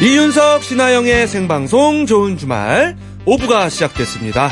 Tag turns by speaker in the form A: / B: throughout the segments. A: 이윤석 신하영의 생방송 좋은 주말 오부가 시작됐습니다.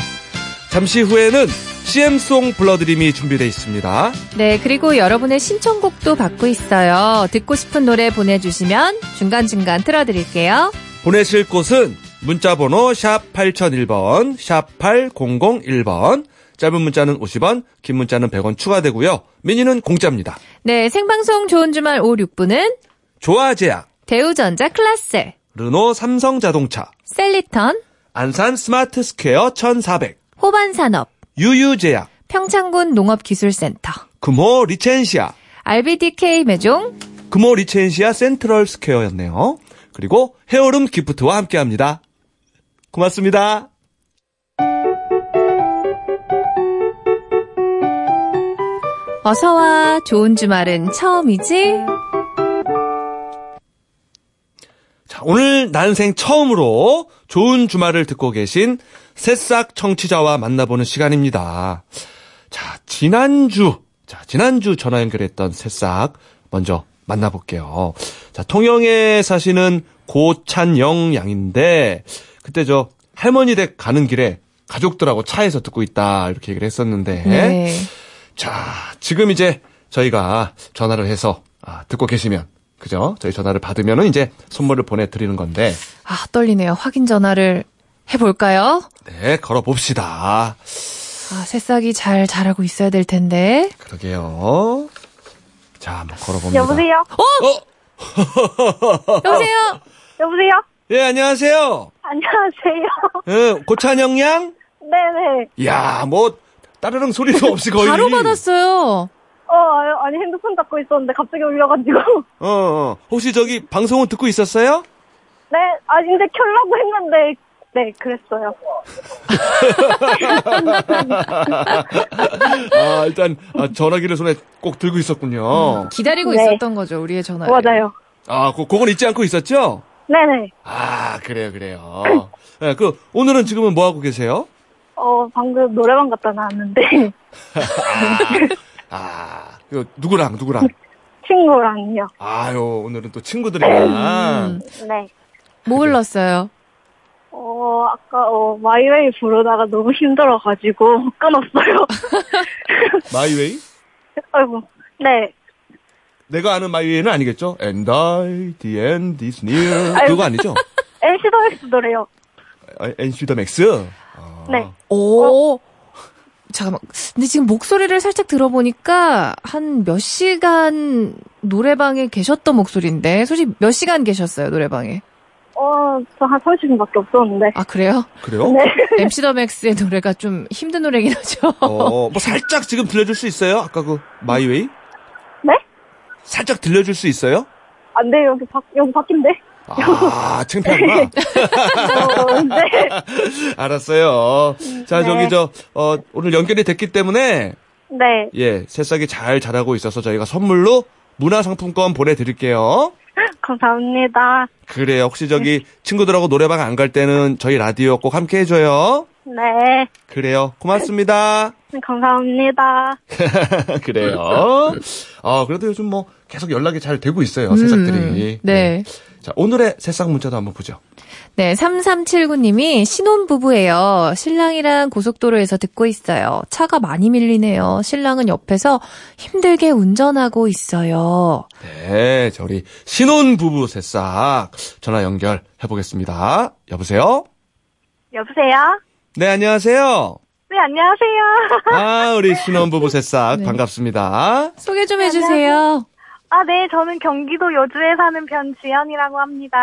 A: 잠시 후에는 CM송 불러드림이 준비되어 있습니다.
B: 네, 그리고 여러분의 신청곡도 받고 있어요. 듣고 싶은 노래 보내주시면 중간중간 틀어드릴게요.
A: 보내실 곳은 문자번호 샵 8001번, 샵 8001번, 짧은 문자는 50원, 긴 문자는 100원 추가되고요. 미니는 공짜입니다.
B: 네, 생방송 좋은 주말 오후 6분은
A: 조아제약,
B: 대우전자 클라셀,
A: 르노 삼성자동차,
B: 셀리턴,
A: 안산 스마트스퀘어 1400,
B: 호반산업,
A: 유유제약,
B: 평창군 농업기술센터,
A: 금호 리첸시아,
B: RBDK 매종,
A: 금호 리첸시아 센트럴 스퀘어였네요. 그리고 헤어룸 기프트와 함께합니다. 고맙습니다.
B: 어서와 좋은 주말은 처음이지?
A: 자, 오늘 난생 처음으로 좋은 주말을 듣고 계신 새싹 청취자와 만나보는 시간입니다. 자, 지난주, 자, 지난주 전화 연결했던 새싹 먼저 만나볼게요. 자, 통영에 사시는 고찬영 양인데, 그때 저 할머니 댁 가는 길에 가족들하고 차에서 듣고 있다, 이렇게 얘기를 했었는데,
B: 네.
A: 자, 지금 이제 저희가 전화를 해서 아, 듣고 계시면 그죠? 저희 전화를 받으면은 이제 선물을 보내드리는 건데
B: 아, 떨리네요. 확인 전화를 해볼까요?
A: 네 걸어 봅시다.
B: 아, 새싹이 잘 자라고 있어야 될 텐데.
A: 그러게요. 자, 한번 음. 걸어 봅니다. 어?
C: 여보세요?
B: 여보세요?
C: 여보세요?
A: 예, 안녕하세요.
C: 안녕하세요.
A: 예, 고찬영 양.
C: 네네.
A: 야, 뭐 따르릉 소리도 없이 거의.
B: 바로 받았어요.
C: 어, 아니, 핸드폰 잡고 있었는데 갑자기 울려가지고.
A: 어, 어. 혹시 저기 방송은 듣고 있었어요?
C: 네, 아, 이제 켜려고 했는데, 네, 그랬어요.
A: 아, 일단 아, 전화기를 손에 꼭 들고 있었군요.
B: 기다리고
C: 네.
B: 있었던 거죠, 우리의 전화.
C: 맞아요.
A: 아, 그, 그건 잊지 않고 있었죠?
C: 네네.
A: 아, 그래요, 그래요. 예, 그, 오늘은 지금은 뭐 하고 계세요?
C: 어, 방금 노래방 갔다 나왔는데,
A: 아, 그, 누구랑, 누구랑.
C: 친구랑요.
A: 아유, 오늘은 또 친구들이랑.
B: 음,
C: 네.
B: 뭐 불렀어요?
C: 어, 아까, 어, 마이웨이 부르다가 너무 힘들어가지고 끊었어요.
A: 마이웨이?
C: 아이고. 네.
A: 내가 아는 마이웨이는 아니겠죠? And I, the end is near.
C: 아유.
A: 그거 아니죠? 아,
C: NC 더엑스 노래요.
A: 엔슈더 맥스? 어,
C: 네.
B: 오. 잠깐만. 근데 지금 목소리를 살짝 들어보니까 한 몇 시간 노래방에 계셨던 목소리인데, 솔직히 몇 시간 계셨어요, 노래방에?
C: 어, 저 한 30분밖에 없었는데.
B: 아, 그래요?
A: 그래요?
C: 네.
B: MC 더 맥스의 노래가 좀 힘든 노래긴 하죠.
A: 어, 뭐 살짝 지금 들려줄 수 있어요? 아까 그, 마이웨이?
C: 네?
A: 살짝 들려줄 수 있어요?
C: 안 돼, 여기 밖, 여기 밖인데.
A: 아, 창피하구나.
C: 어, 네.
A: 알았어요. 자,
C: 네.
A: 저기 저, 어, 오늘 연결이 됐기 때문에
C: 네.
A: 예, 새싹이 잘 자라고 있어서 저희가 선물로 문화상품권 보내드릴게요.
C: 감사합니다.
A: 그래요. 혹시 저기 친구들하고 노래방 안 갈 때는 저희 라디오 꼭 함께 해줘요.
C: 네.
A: 그래요. 고맙습니다.
C: 감사합니다.
A: 그래요. 아, 그래도 요즘 뭐 계속 연락이 잘 되고 있어요. 새싹들이. 예.
B: 음, 네.
A: 자, 오늘의 새싹 문자도 한번 보죠.
B: 네, 3379님이 신혼부부예요. 신랑이랑 고속도로에서 듣고 있어요. 차가 많이 밀리네요. 신랑은 옆에서 힘들게 운전하고 있어요.
A: 네, 저 우리 신혼부부 새싹 전화 연결해보겠습니다. 여보세요?
C: 여보세요?
A: 네, 안녕하세요.
C: 네, 안녕하세요.
A: 아, 우리 신혼부부 새싹
B: 네.
A: 반갑습니다.
B: 소개 좀 해주세요.
C: 아, 네, 저는 경기도 여주에 사는 변지연이라고 합니다.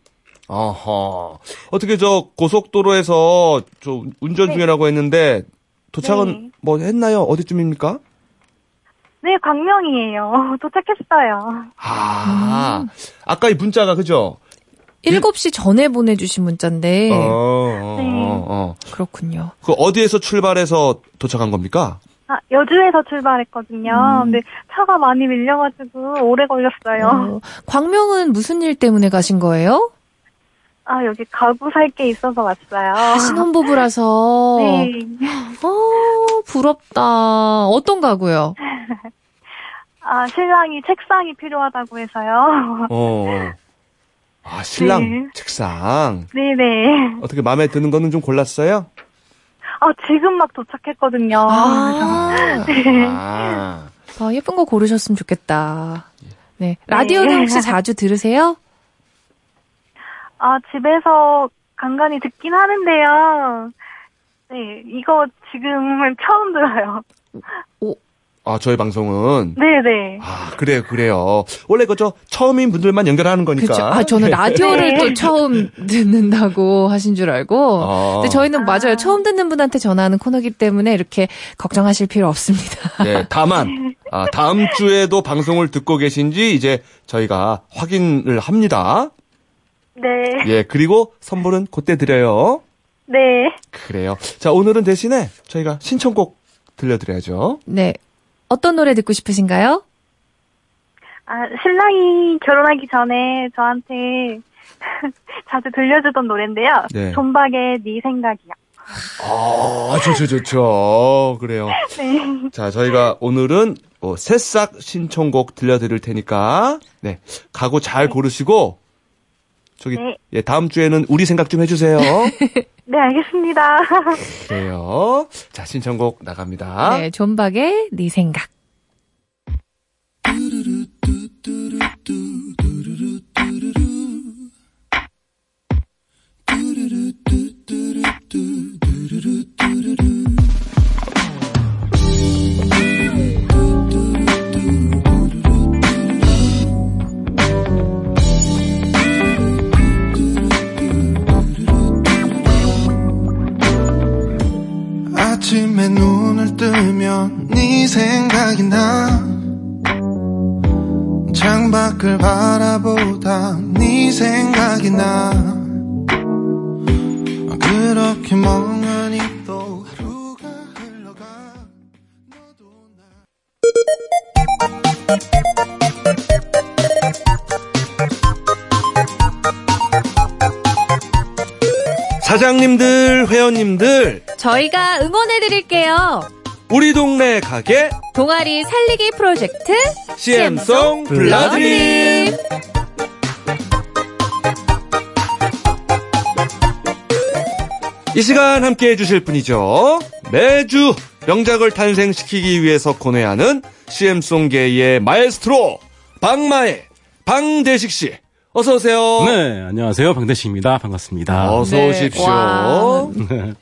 A: 어허. 어떻게 저 고속도로에서 저
B: 네.
A: 운전 중이라고 했는데 도착은
C: 네.
A: 뭐 했나요? 어디쯤입니까?
C: 네, 광명이에요. 도착했어요.
A: 아,
B: 음.
A: 아까 이 문자가 그죠?
B: 7시 전에 보내주신 문자인데,
A: 어, 어,
C: 네.
A: 어, 어.
B: 그렇군요.
A: 그 어디에서 출발해서 도착한 겁니까?
C: 아, 여주에서 출발했거든요. 근데 차가 많이 밀려가지고 오래 걸렸어요.
B: 어, 광명은 무슨 일 때문에 가신 거예요?
C: 아, 여기 가구 살 게 있어서 왔어요.
B: 아, 신혼부부라서.
C: 네.
B: 어, 부럽다. 어떤 가구요?
C: 아, 신랑이 책상이 필요하다고 해서요.
A: 어. 아, 신랑
C: 네.
A: 책상.
C: 네네.
A: 어떻게 마음에 드는 거는 좀 골랐어요?
C: 아, 지금 막 도착했거든요.
B: 아,
A: 아.
B: 아, 예쁜 거 고르셨으면 좋겠다. 네. 라디오는 혹시 자주 들으세요?
C: 아, 집에서 간간히 듣긴 하는데요. 네, 이거 지금은 처음 들어요.
A: 아, 저희 방송은.
C: 네네.
A: 아, 그래요, 그래요. 원래 그저 처음인 분들만 연결하는 거니까.
B: 그렇죠. 아, 저는 라디오를
C: 네.
B: 또 처음 듣는다고 하신 줄 알고.
A: 어,
B: 근데 저희는
C: 아.
B: 맞아요. 처음 듣는 분한테 전화하는 코너기 때문에 이렇게 걱정하실 필요 없습니다.
A: 네, 다만, 아, 다음 주에도 방송을 듣고 계신지 이제 저희가 확인을 합니다.
C: 네.
A: 예, 그리고 선물은 그때 드려요.
C: 네.
A: 그래요. 자, 오늘은 대신에 저희가 신청곡 들려드려야죠.
B: 네. 어떤 노래 듣고 싶으신가요?
C: 아, 신랑이 결혼하기 전에 저한테 자주 들려주던 노래인데요.
A: 네.
C: 존박의 네 생각이요.
A: 아, 좋죠, 좋죠. 그래요.
C: 네.
A: 자, 저희가 오늘은 어, 새싹 신청곡 들려드릴 테니까, 네. 가고 잘 고르시고, 저기,
C: 네.
A: 예, 다음 주에는 우리 생각 좀 해주세요.
C: 네, 알겠습니다.
A: 그래요. 자, 신청곡 나갑니다.
B: 네, 존박의 네 생각.
D: 아침에 눈을 뜨면 네 생각이 나 창밖을 바라보다 네 생각이 나 그렇게 멍하니 또 하루가 흘러가 너도 나
A: 사장님들, 회원님들,
B: 저희가 응원해드릴게요.
A: 우리 동네 가게
B: 동아리 살리기 프로젝트
A: CM송 블라드림. 이 시간 함께 해주실 분이죠. 매주 명작을 탄생시키기 위해서 고뇌하는 CM송계의 마에스트로 박마의 방대식 씨 어서 오세요.
E: 네, 안녕하세요. 방대식입니다. 반갑습니다.
A: 어서
B: 네.
A: 오십시오.
B: 와.
A: 네.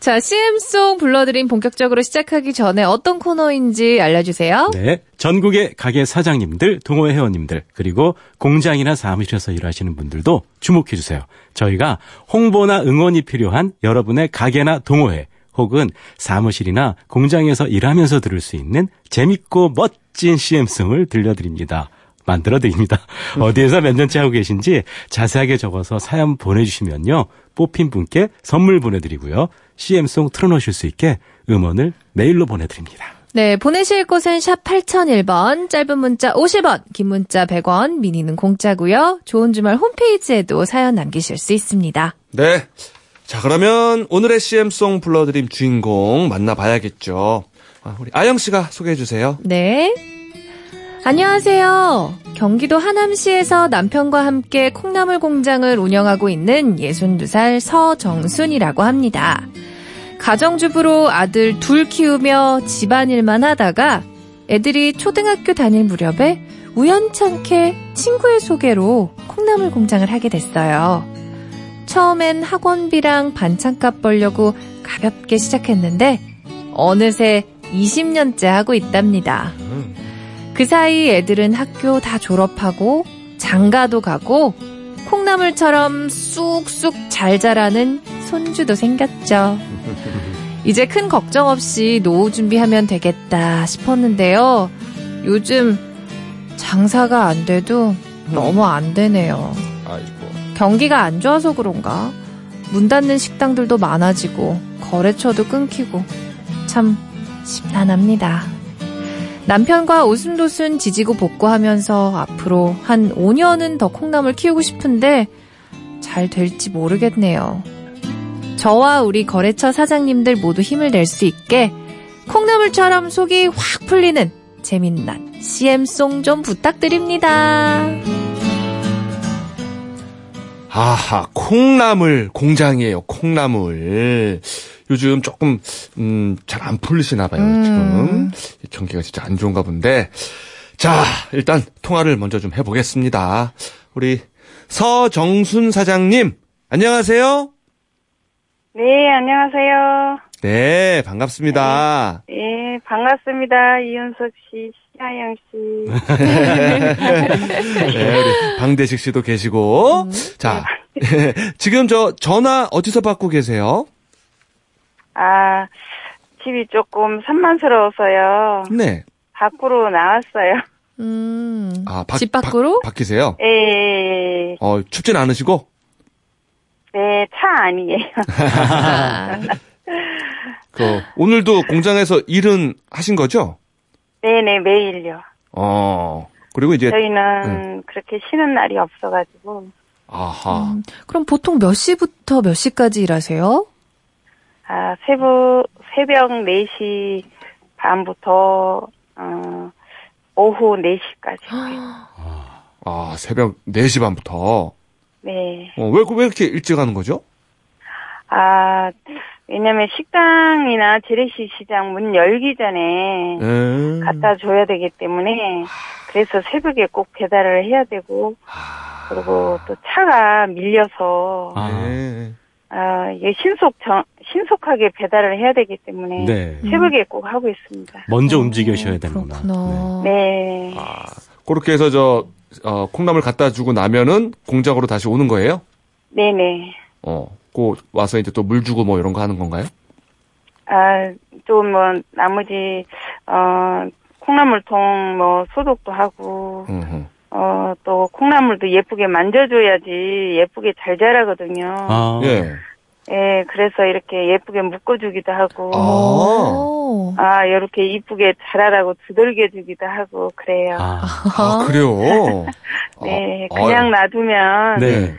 B: 자, CM송 불러드림 본격적으로 시작하기 전에 어떤 코너인지 알려주세요.
E: 네, 전국의 가게 사장님들, 동호회 회원님들, 그리고 공장이나 사무실에서 일하시는 분들도 주목해 주세요. 저희가 홍보나 응원이 필요한 여러분의 가게나 동호회 혹은 사무실이나 공장에서 일하면서 들을 수 있는 재밌고 멋진 CM송을 들려드립니다. 만들어드립니다. 어디에서 몇 년째 하고 계신지 자세하게 적어서 사연 보내주시면요. 뽑힌 분께 선물 보내드리고요. CM송 틀어놓으실 수 있게 음원을 메일로 보내드립니다.
B: 네, 보내실 곳은 샵 8001번, 짧은 문자 50원, 긴 문자 100원, 미니는 공짜고요. 좋은 주말 홈페이지에도 사연 남기실 수 있습니다.
A: 네. 자, 그러면 오늘의 CM송 불러드림 주인공 만나봐야겠죠. 아, 우리 아영 씨가 소개해 주세요.
B: 네. 안녕하세요. 경기도 하남시에서 남편과 함께 콩나물 공장을 운영하고 있는 62살 서정순이라고 합니다. 가정주부로 아들 둘 키우며 집안일만 하다가 애들이 초등학교 다닐 무렵에 우연찮게 친구의 소개로 콩나물 공장을 하게 됐어요. 처음엔 학원비랑 반찬값 벌려고 가볍게 시작했는데 어느새 20년째 하고 있답니다.
A: 음.
B: 그 사이 애들은 학교 다 졸업하고 장가도 가고 콩나물처럼 쑥쑥 잘 자라는 손주도 생겼죠. 이제 큰 걱정 없이 노후 준비하면 되겠다 싶었는데요. 요즘 장사가 안 돼도 너무 안 되네요.
A: 아이고.
B: 경기가 안 좋아서 그런가? 문 닫는 식당들도 많아지고 거래처도 끊기고 참 심란합니다. 남편과 오순도순 지지고 볶고하면서 앞으로 한 5년은 더 콩나물 키우고 싶은데 잘 될지 모르겠네요. 저와 우리 거래처 사장님들 모두 힘을 낼 수 있게 콩나물처럼 속이 확 풀리는 재밌는 CM송 좀 부탁드립니다.
A: 아하, 콩나물 공장이에요. 콩나물. 요즘 조금 음, 잘 안 풀리시나 봐요, 지금. 경기가 진짜 안 좋은가 본데. 자, 일단 통화를 먼저 좀해 보겠습니다. 우리 서정순 사장님, 안녕하세요.
C: 네, 안녕하세요.
A: 네, 반갑습니다.
C: 예, 반갑습니다. 이윤석 씨, 시아영 씨.
A: 네, 우리 방대식 씨도 계시고. 자, 지금 저 전화 어디서 받고 계세요?
C: 아, 집이 조금 산만스러워서요.
A: 네.
C: 밖으로 나왔어요.
B: 음.
A: 아, 밖-
B: 집 밖으로?
A: 밖, 밖이세요?
C: 예, 예, 예.
A: 어, 춥진 않으시고?
C: 네, 차 아니에요.
B: 아,
A: 그, 오늘도 공장에서 일은 하신 거죠?
C: 네네, 매일요.
A: 어, 그리고 이제,
C: 네. 저희는 그렇게 쉬는 날이 없어가지고,
A: 아하.
B: 음. 그럼 보통 몇 시부터 몇 시까지 일하세요?
C: 아, 새부, 새벽 4시 반부터, 어, 오후 4시까지.
A: 아, 새벽 4시 반부터. 어,
C: 네.
A: 왜, 왜 이렇게 일찍 하는 거죠?
C: 아, 왜냐면 식당이나 재래시 시장 문 열기 전에
A: 음.
C: 갖다 줘야 되기 때문에, 그래서 새벽에 꼭 배달을 해야 되고, 그리고 또 차가 밀려서,
E: 아,
A: 네.
C: 아, 이게 신속, 정, 신속하게 배달을 해야 되기 때문에,
E: 네.
C: 새벽에 꼭 하고 있습니다.
E: 먼저
B: 어,
E: 움직이셔야 되는구나. 네.
B: 그렇구나.
C: 네.
A: 그렇게 해서 저, 어, 콩나물 갖다 주고 나면은 공장으로 다시 오는 거예요?
C: 네네.
A: 어, 그 와서 이제 또 물 주고 뭐 이런 거 하는 건가요?
C: 아, 좀 뭐, 나머지, 어, 콩나물통 뭐, 소독도 하고,
A: 음, 음.
C: 어, 또 콩나물도 예쁘게 만져줘야지 예쁘게 잘 자라거든요.
E: 아,
A: 예.
C: 예, 그래서 이렇게 예쁘게 묶어주기도 하고,
A: 아.
B: 오.
C: 아, 이렇게 이쁘게 자라라고 두들겨주기도 하고, 그래요.
E: 아, 어.
A: 아, 그래요? 예.
C: 네,
A: 아,
C: 그냥
A: 아유.
C: 놔두면
E: 네.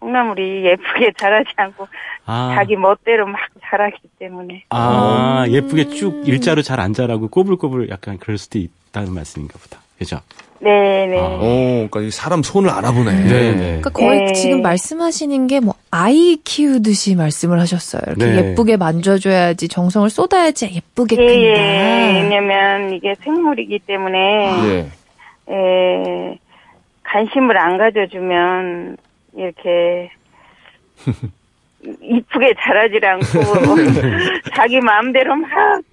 C: 콩나물이 예쁘게 자라지 않고
E: 아,
C: 자기 멋대로 막 자라기 때문에.
E: 아,
B: 음.
E: 예쁘게 쭉 일자로 잘 안 자라고 꼬불꼬불 약간 그럴 수도 있다는 말씀인가 보다. 그죠?
C: 네, 네.
E: 아.
A: 오, 그러니까 이 사람 손을 알아보네.
B: 그러니까 거의
C: 네.
B: 지금 말씀하시는 게 뭐 아이 키우듯이 말씀을 하셨어요. 이렇게
E: 네.
B: 예쁘게 만져줘야지 정성을 쏟아야지 예쁘게
C: 예, 예.
B: 큰다.
C: 왜냐면 이게 생물이기 때문에,
A: 예.
C: 예, 관심을 안 가져주면, 이렇게, 이쁘게 자라질 않고, 자기 마음대로 막,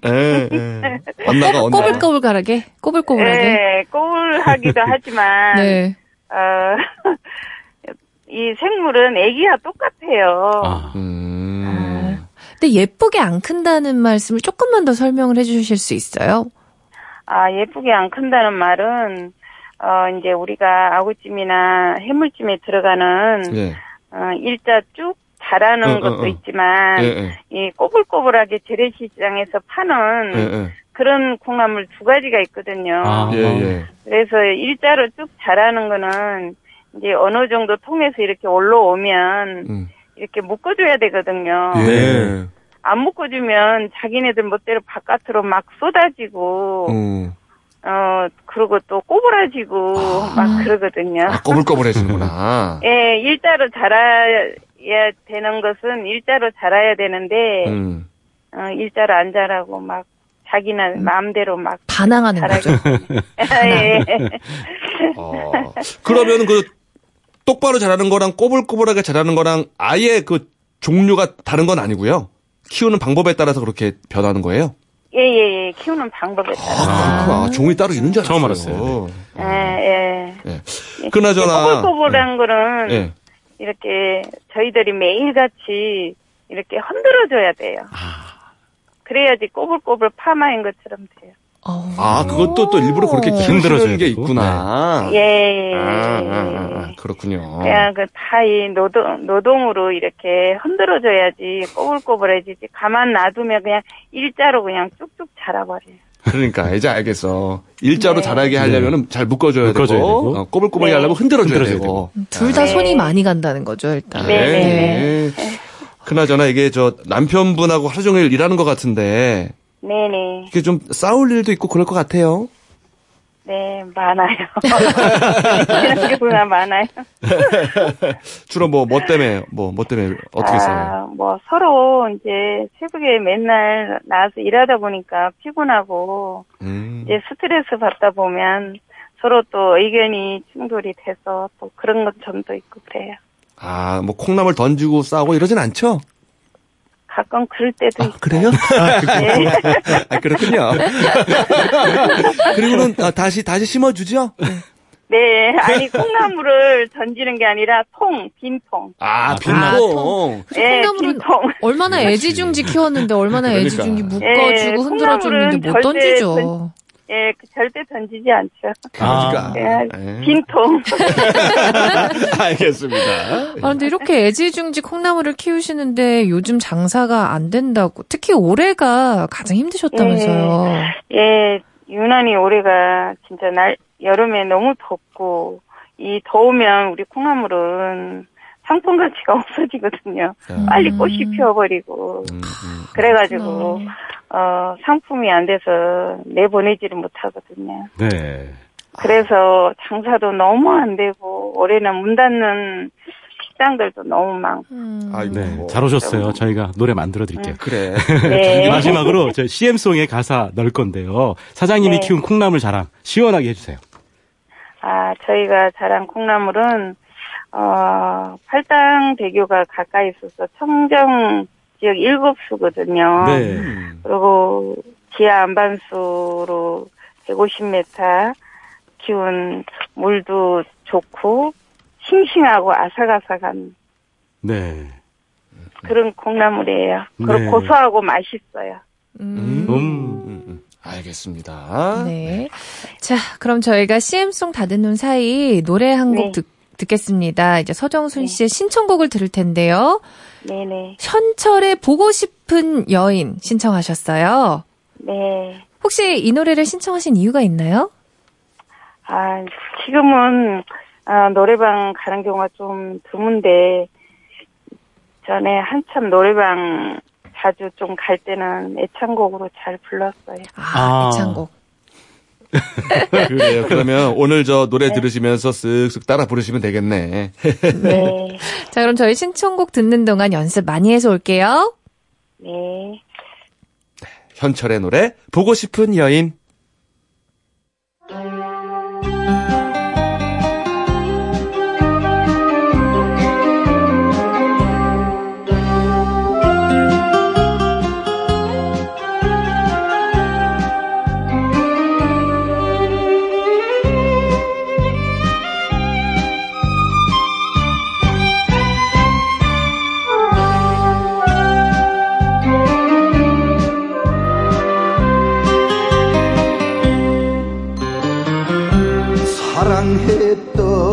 A: 예, 예. 언나가 언나.
B: 꼬불꼬불가라게 꼬불꼬불하게.
C: 예, 꼬울하기도 하지만,
B: 네.
C: 어, 이 생물은 애기와 똑같아요.
A: 그러니까
E: 아,
A: 음.
B: 근데 예쁘게 안 큰다는 말씀을 조금만 더 설명을 해주실 수 있어요?
C: 아, 예쁘게 안 큰다는 말은, 어, 이제 우리가 아구찜이나 해물찜에 들어가는,
A: 예.
C: 어, 일자 쭉 자라는
A: 어, 어,
C: 것도
A: 어.
C: 있지만,
A: 예, 예.
C: 이 꼬불꼬불하게 재래시장에서 파는
A: 예, 예.
C: 그런 콩나물 두 가지가 있거든요.
E: 아.
A: 예, 예.
C: 그래서 일자로 쭉 자라는 거는 이제 어느 정도 통해서 이렇게 올라오면
A: 음.
C: 이렇게 묶어줘야 되거든요.
E: 예.
A: 네.
C: 안 묶어주면 자기네들 멋대로 바깥으로 막 쏟아지고,
A: 음.
C: 어, 그리고 또 꼬부라지고 막 그러거든요.
A: 아, 꼬불꼬불해지는구나.
C: 예, 일자로 자라야 되는 것은 일자로 자라야 되는데,
A: 음.
C: 어, 일자로 안 자라고 막 자기는 마음대로 막
B: 반항하는
C: 자라게.
B: 거죠.
A: 음.
C: 예.
A: 어. 그러면 그 똑바로 자라는 거랑 꼬불꼬불하게 자라는 거랑 아예 그 종류가 다른 건 아니고요. 키우는 방법에 따라서 그렇게 변하는 거예요.
C: 예, 예, 예. 키우는 방법에
A: 아,
C: 따라.
A: 그렇구나. 종이 따로 있는 줄 알았어요.
E: 처음 알았어요.
C: 예, 예.
A: 예. 아. 그나저나
C: 꼬불꼬불한 거는
A: 예.
C: 이렇게 저희들이 매일같이 이렇게 흔들어줘야 돼요.
A: 아.
C: 그래야지 꼬불꼬불 파마인 것처럼 돼요.
B: 어우. 음.
A: 아, 그것도 또 일부러 그렇게
E: 흔들어줘야
A: 키우는 게
E: 되고.
A: 있구나.
C: 예, 예, 예.
A: 아, 아, 아, 그렇군요.
C: 그냥 그다이 노동 노동으로 이렇게 흔들어줘야지 꼬불꼬불해지지 가만 놔두면 그냥 일자로 그냥 쭉쭉 자라버려요.
A: 그러니까 이제 알겠어. 일자로
C: 네.
A: 자라게 하려면 잘 묶어줘야,
E: 묶어줘야
A: 되고,
E: 되고.
A: 어, 꼬불꼬불하게
C: 네.
A: 하려면 흔들어줘야,
E: 흔들어줘야
A: 되고.
B: 둘 다
C: 네.
B: 손이 많이 간다는 거죠, 일단.
C: 네.
A: 네. 그나저나 이게 저 남편분하고 하루 종일 일하는 것 같은데
C: 네네.
A: 이게 좀 싸울 일도 있고 그럴 것 같아요.
C: 네, 네, 많아요. 지난주구나 많아요.
A: 주로 뭐, 뭐 때문에, 뭐, 뭐 때문에 어떻게 써요?
C: 아, 뭐 서로 이제 새벽에 맨날 나와서 일하다 보니까 피곤하고
A: 음.
C: 이제 스트레스 받다 보면 서로 또 의견이 충돌이 돼서 또 그런 것 점도 있고 그래요.
A: 아, 뭐, 콩나물 던지고 싸우고 이러진 않죠?
C: 가끔 그럴 때도
A: 아,
C: 있고.
A: 그래요?
C: 네.
A: 아, 그렇군요. 그리고는 아, 다시, 다시 심어주죠?
C: 네, 아니 콩나물을 던지는 게 아니라 통, 빈통.
A: 아,
B: 빈통. 그래서
C: 예,
B: 콩나물은
C: 빈통.
B: 얼마나
E: 그렇지.
B: 애지중지 키웠는데 얼마나
A: 그러니까.
B: 애지중지
C: 예,
B: 묶어주고 흔들어줬는데 못
C: 콩나물은 절대
B: 던지죠.
C: 예, 그 절대 던지지 않죠.
E: 아,
A: 그러니까.
C: 예,
A: 예.
C: 빈통.
A: 알겠습니다.
B: 아, 근데 이렇게 애지중지 콩나물을 키우시는데 요즘 장사가 안 된다고. 특히 올해가 가장 힘드셨다면서요.
C: 예, 유난히 올해가 진짜 날 여름에 너무 덥고 이 더우면 우리 콩나물은 상품 가치가 없어지거든요. 빨리 꽃이
B: 음.
C: 피어버리고
A: 음, 음.
C: 그래가지고 어 상품이 안 돼서 내보내지를 못하거든요.
E: 네.
C: 그래서 장사도 너무 안 되고 올해는 문 닫는 식당들도 너무 많고
B: 음.
A: 아이고.
E: 네. 잘 오셨어요. 저희가 노래 만들어 드릴게요.
A: 그래.
C: 네.
E: 마지막으로 저 CM송의 가사 넣을 건데요. 사장님이
C: 네.
E: 키운 콩나물 자랑 시원하게 해주세요.
C: 아, 저희가 자란 콩나물은, 어, 팔당 대교가 가까이 있어서 청정 지역 일곱 수거든요.
E: 네.
A: 음.
C: 그리고 지하 안반수로 150m 키운 물도 좋고, 싱싱하고 아삭아삭한
E: 네.
C: 그런 콩나물이에요. 그리고
E: 네.
C: 고소하고 맛있어요.
B: 음.
E: 음.
A: 음, 음. 알겠습니다.
B: 네. 자, 그럼 저희가 CM송 다 듣는 사이 노래 한 곡
C: 네.
B: 듣겠습니다. 이제 서정순
C: 네.
B: 씨의 신청곡을 들을 텐데요.
C: 네네.
B: 현철의 보고 싶은 여인 신청하셨어요.
C: 네.
B: 혹시 이 노래를 신청하신 이유가 있나요?
C: 아, 지금은 아, 노래방 가는 경우가 좀 드문데 전에 한참 노래방 자주 좀 갈 때는 애창곡으로 잘 불렀어요.
B: 아,
E: 아.
B: 애창곡.
A: 그래요. 그러면 오늘 저 노래 들으시면서 쓱쓱 따라 부르시면 되겠네.
C: 네.
B: 자, 그럼 저희 신청곡 듣는 동안 연습 많이 해서 올게요.
C: 네.
A: 현철의 노래 보고 싶은 여인.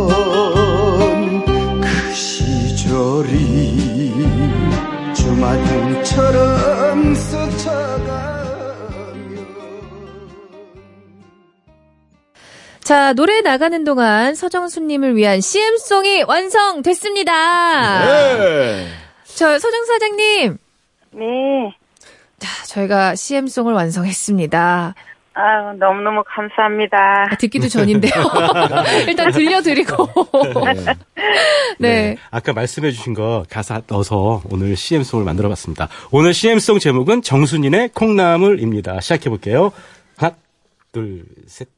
D: 사랑했던 그 시절이 주마등처럼 스쳐가면
B: 자, 노래 나가는 동안 서정순님을 위한 CM송이 완성됐습니다.
A: 예.
B: 저, 서정 사장님.
C: 네.
B: 자, 저희가 CM송을 완성했습니다.
C: 아, 너무너무 감사합니다.
B: 아, 듣기도 전인데요. 일단 들려드리고. 네.
E: 아까 말씀해주신 거 가사 넣어서 오늘 CM송을 만들어봤습니다. 오늘 CM송 제목은 정순인의 콩나물입니다. 시작해볼게요. 하나, 둘, 셋.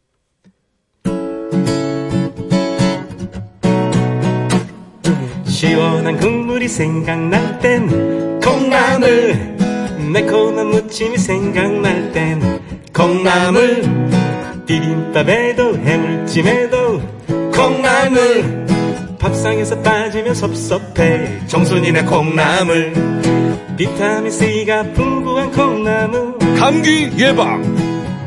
E: 시원한 국물이 생각날 땐 콩나물 매콤한 무침이 생각날 땐 콩나물 비빔밥에도 해물찜에도 콩나물 밥상에서 빠지면 섭섭해 정순이네 콩나물 비타민C가 풍부한 콩나물
A: 감기 예방.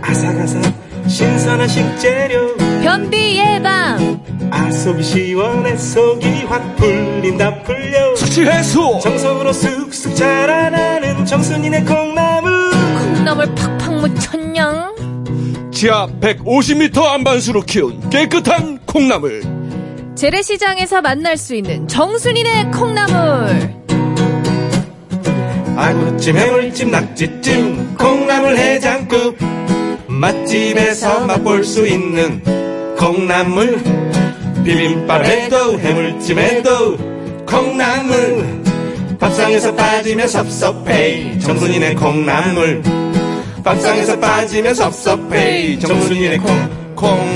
E: 아삭아삭 신선한 식재료
B: 변비 예방!
E: 아 속이 시원해 속이 확 풀린다 풀려
A: 숙취 해소.
E: 정성으로 쑥쑥 자라나는 정순이네 콩나물
B: 콩나물 팍팍 묻혔냥!
A: 지하 150m 안반수로 키운 깨끗한 콩나물.
B: 재래시장에서 만날 수 있는 정순이네 콩나물!
E: 아구찜 해물찜 낙지찜 콩나물 해장국
F: 맛집에서 맛볼 수 있는 콩나물 비빔밥에도 해물찜에도 콩나물 밥상에서 빠지면 섭섭해 정순이네 콩나물 밥상에서 빠지면 섭섭해 정순이네 콩콩콩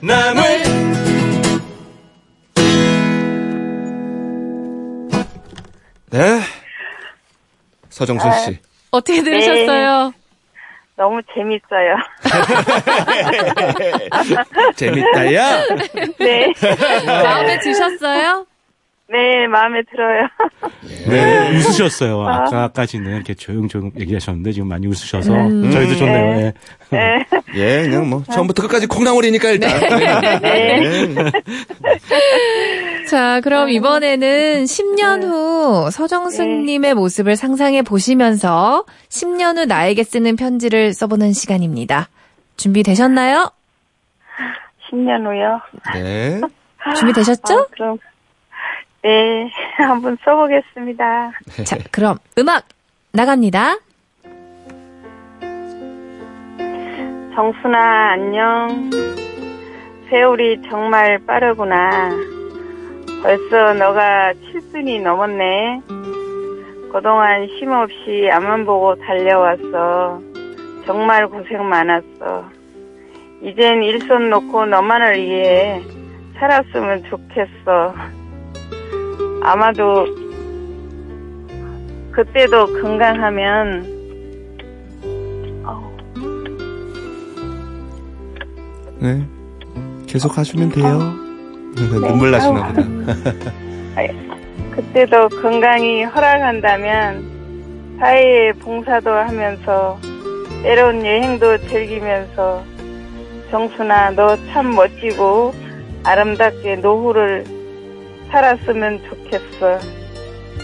F: 나물
A: 네. 서정순 씨.
B: 어떻게 들으셨어요?
C: 너무 재밌어요.
A: 아. 재밌다, 야!
C: 네.
B: 마음에 드셨어요?
C: 네, 마음에 들어요.
E: 네, 웃으셨어요. 아까까지는 이렇게 조용조용 얘기하셨는데 지금 많이 웃으셔서 저희도 좋네요. 예.
A: 예, 그냥 뭐, 처음부터 끝까지 콩나물이니까 일단.
B: 자, 그럼 이번에는 10년 후 서정수님의 모습을 상상해 보시면서 10년 후 나에게 쓰는 편지를 써보는 시간입니다. 준비되셨나요?
C: 10년 후요.
A: 네.
B: 준비되셨죠?
C: 아, 그럼. 네, 한번 써보겠습니다.
B: 자, 그럼 음악 나갑니다.
C: 정순아, 안녕. 세월이 정말 빠르구나. 벌써 너가 7순이 넘었네. 그동안 쉼없이 앞만 보고 달려왔어. 정말 고생 많았어. 이젠 일손 놓고 너만을 위해 살았으면 좋겠어. 아마도 그때도 건강하면
A: 네. 계속 하시면 돼요. 네. 눈물 나시나 보다.
C: 그때도 건강이 허락한다면 사회에 봉사도 하면서 때론 여행도 즐기면서 정순아 너 참 멋지고 아름답게 노후를 살았으면 좋겠어.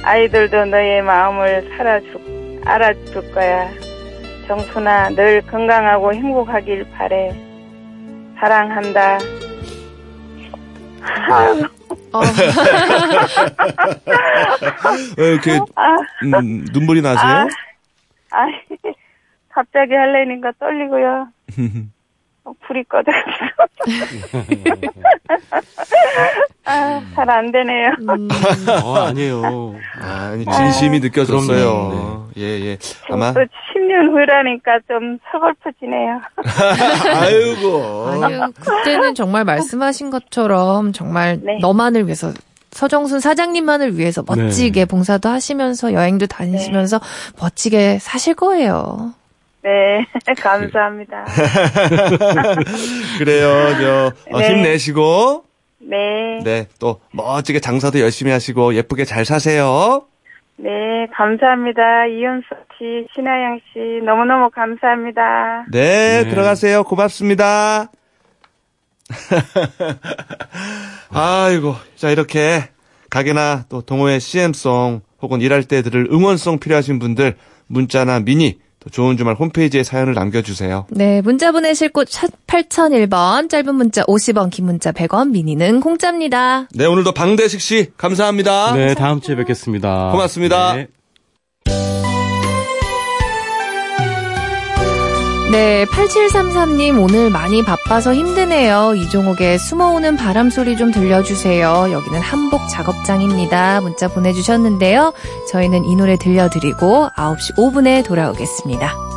C: 아이들도 너의 마음을 살아줄, 알아줄 거야. 정순아 늘 건강하고 행복하길 바래. 사랑한다.
B: 어,
A: 왜 네, 이렇게, 음, 눈물이 나세요?
C: 아, 갑자기 할래니까 떨리고요. 어, 불이 꺼져. 아, 잘 안 되네요.
B: 음,
E: 어, 아니에요.
A: 아, 아니, 진심이 느껴졌어요. 예, 예. 아마.
C: 또 10년 후라니까 좀 서글프지네요.
A: 아이고.
B: 아니요, 어, 그때는 정말 말씀하신 것처럼 정말
C: 네.
B: 너만을 위해서 서정순 사장님만을 위해서 멋지게 봉사도 하시면서 여행도 다니시면서 멋지게 사실 거예요.
C: 네, 감사합니다.
A: 그래요, 저. 어,
C: 네.
A: 힘내시고.
C: 네, 네,
A: 네. 또, 멋지게 장사도 열심히 하시고, 예쁘게 잘 사세요.
C: 네, 감사합니다. 이현수 씨, 신하영 씨, 너무너무 감사합니다.
A: 네,
E: 네.
A: 들어가세요. 고맙습니다. 아이고. 자, 이렇게 가게나 또 동호회 CM송 혹은 일할 때 들을 응원송 필요하신 분들 문자나 미니 또 좋은 주말 홈페이지에 사연을 남겨주세요.
B: 네, 문자 보내실 곳 샷 8001번, 짧은 문자 50원, 긴 문자 100원, 미니는 공짜입니다.
A: 네, 오늘도 방대식 씨 감사합니다.
E: 네, 다음 주에 뵙겠습니다.
A: 고맙습니다.
E: 네.
B: 네, 8733님 오늘 많이 바빠서 힘드네요. 이종욱의 숨어오는 바람 소리 좀 들려주세요. 여기는 한복 작업장입니다. 문자 보내주셨는데요. 저희는 이 노래 들려드리고 9시 5분에 돌아오겠습니다.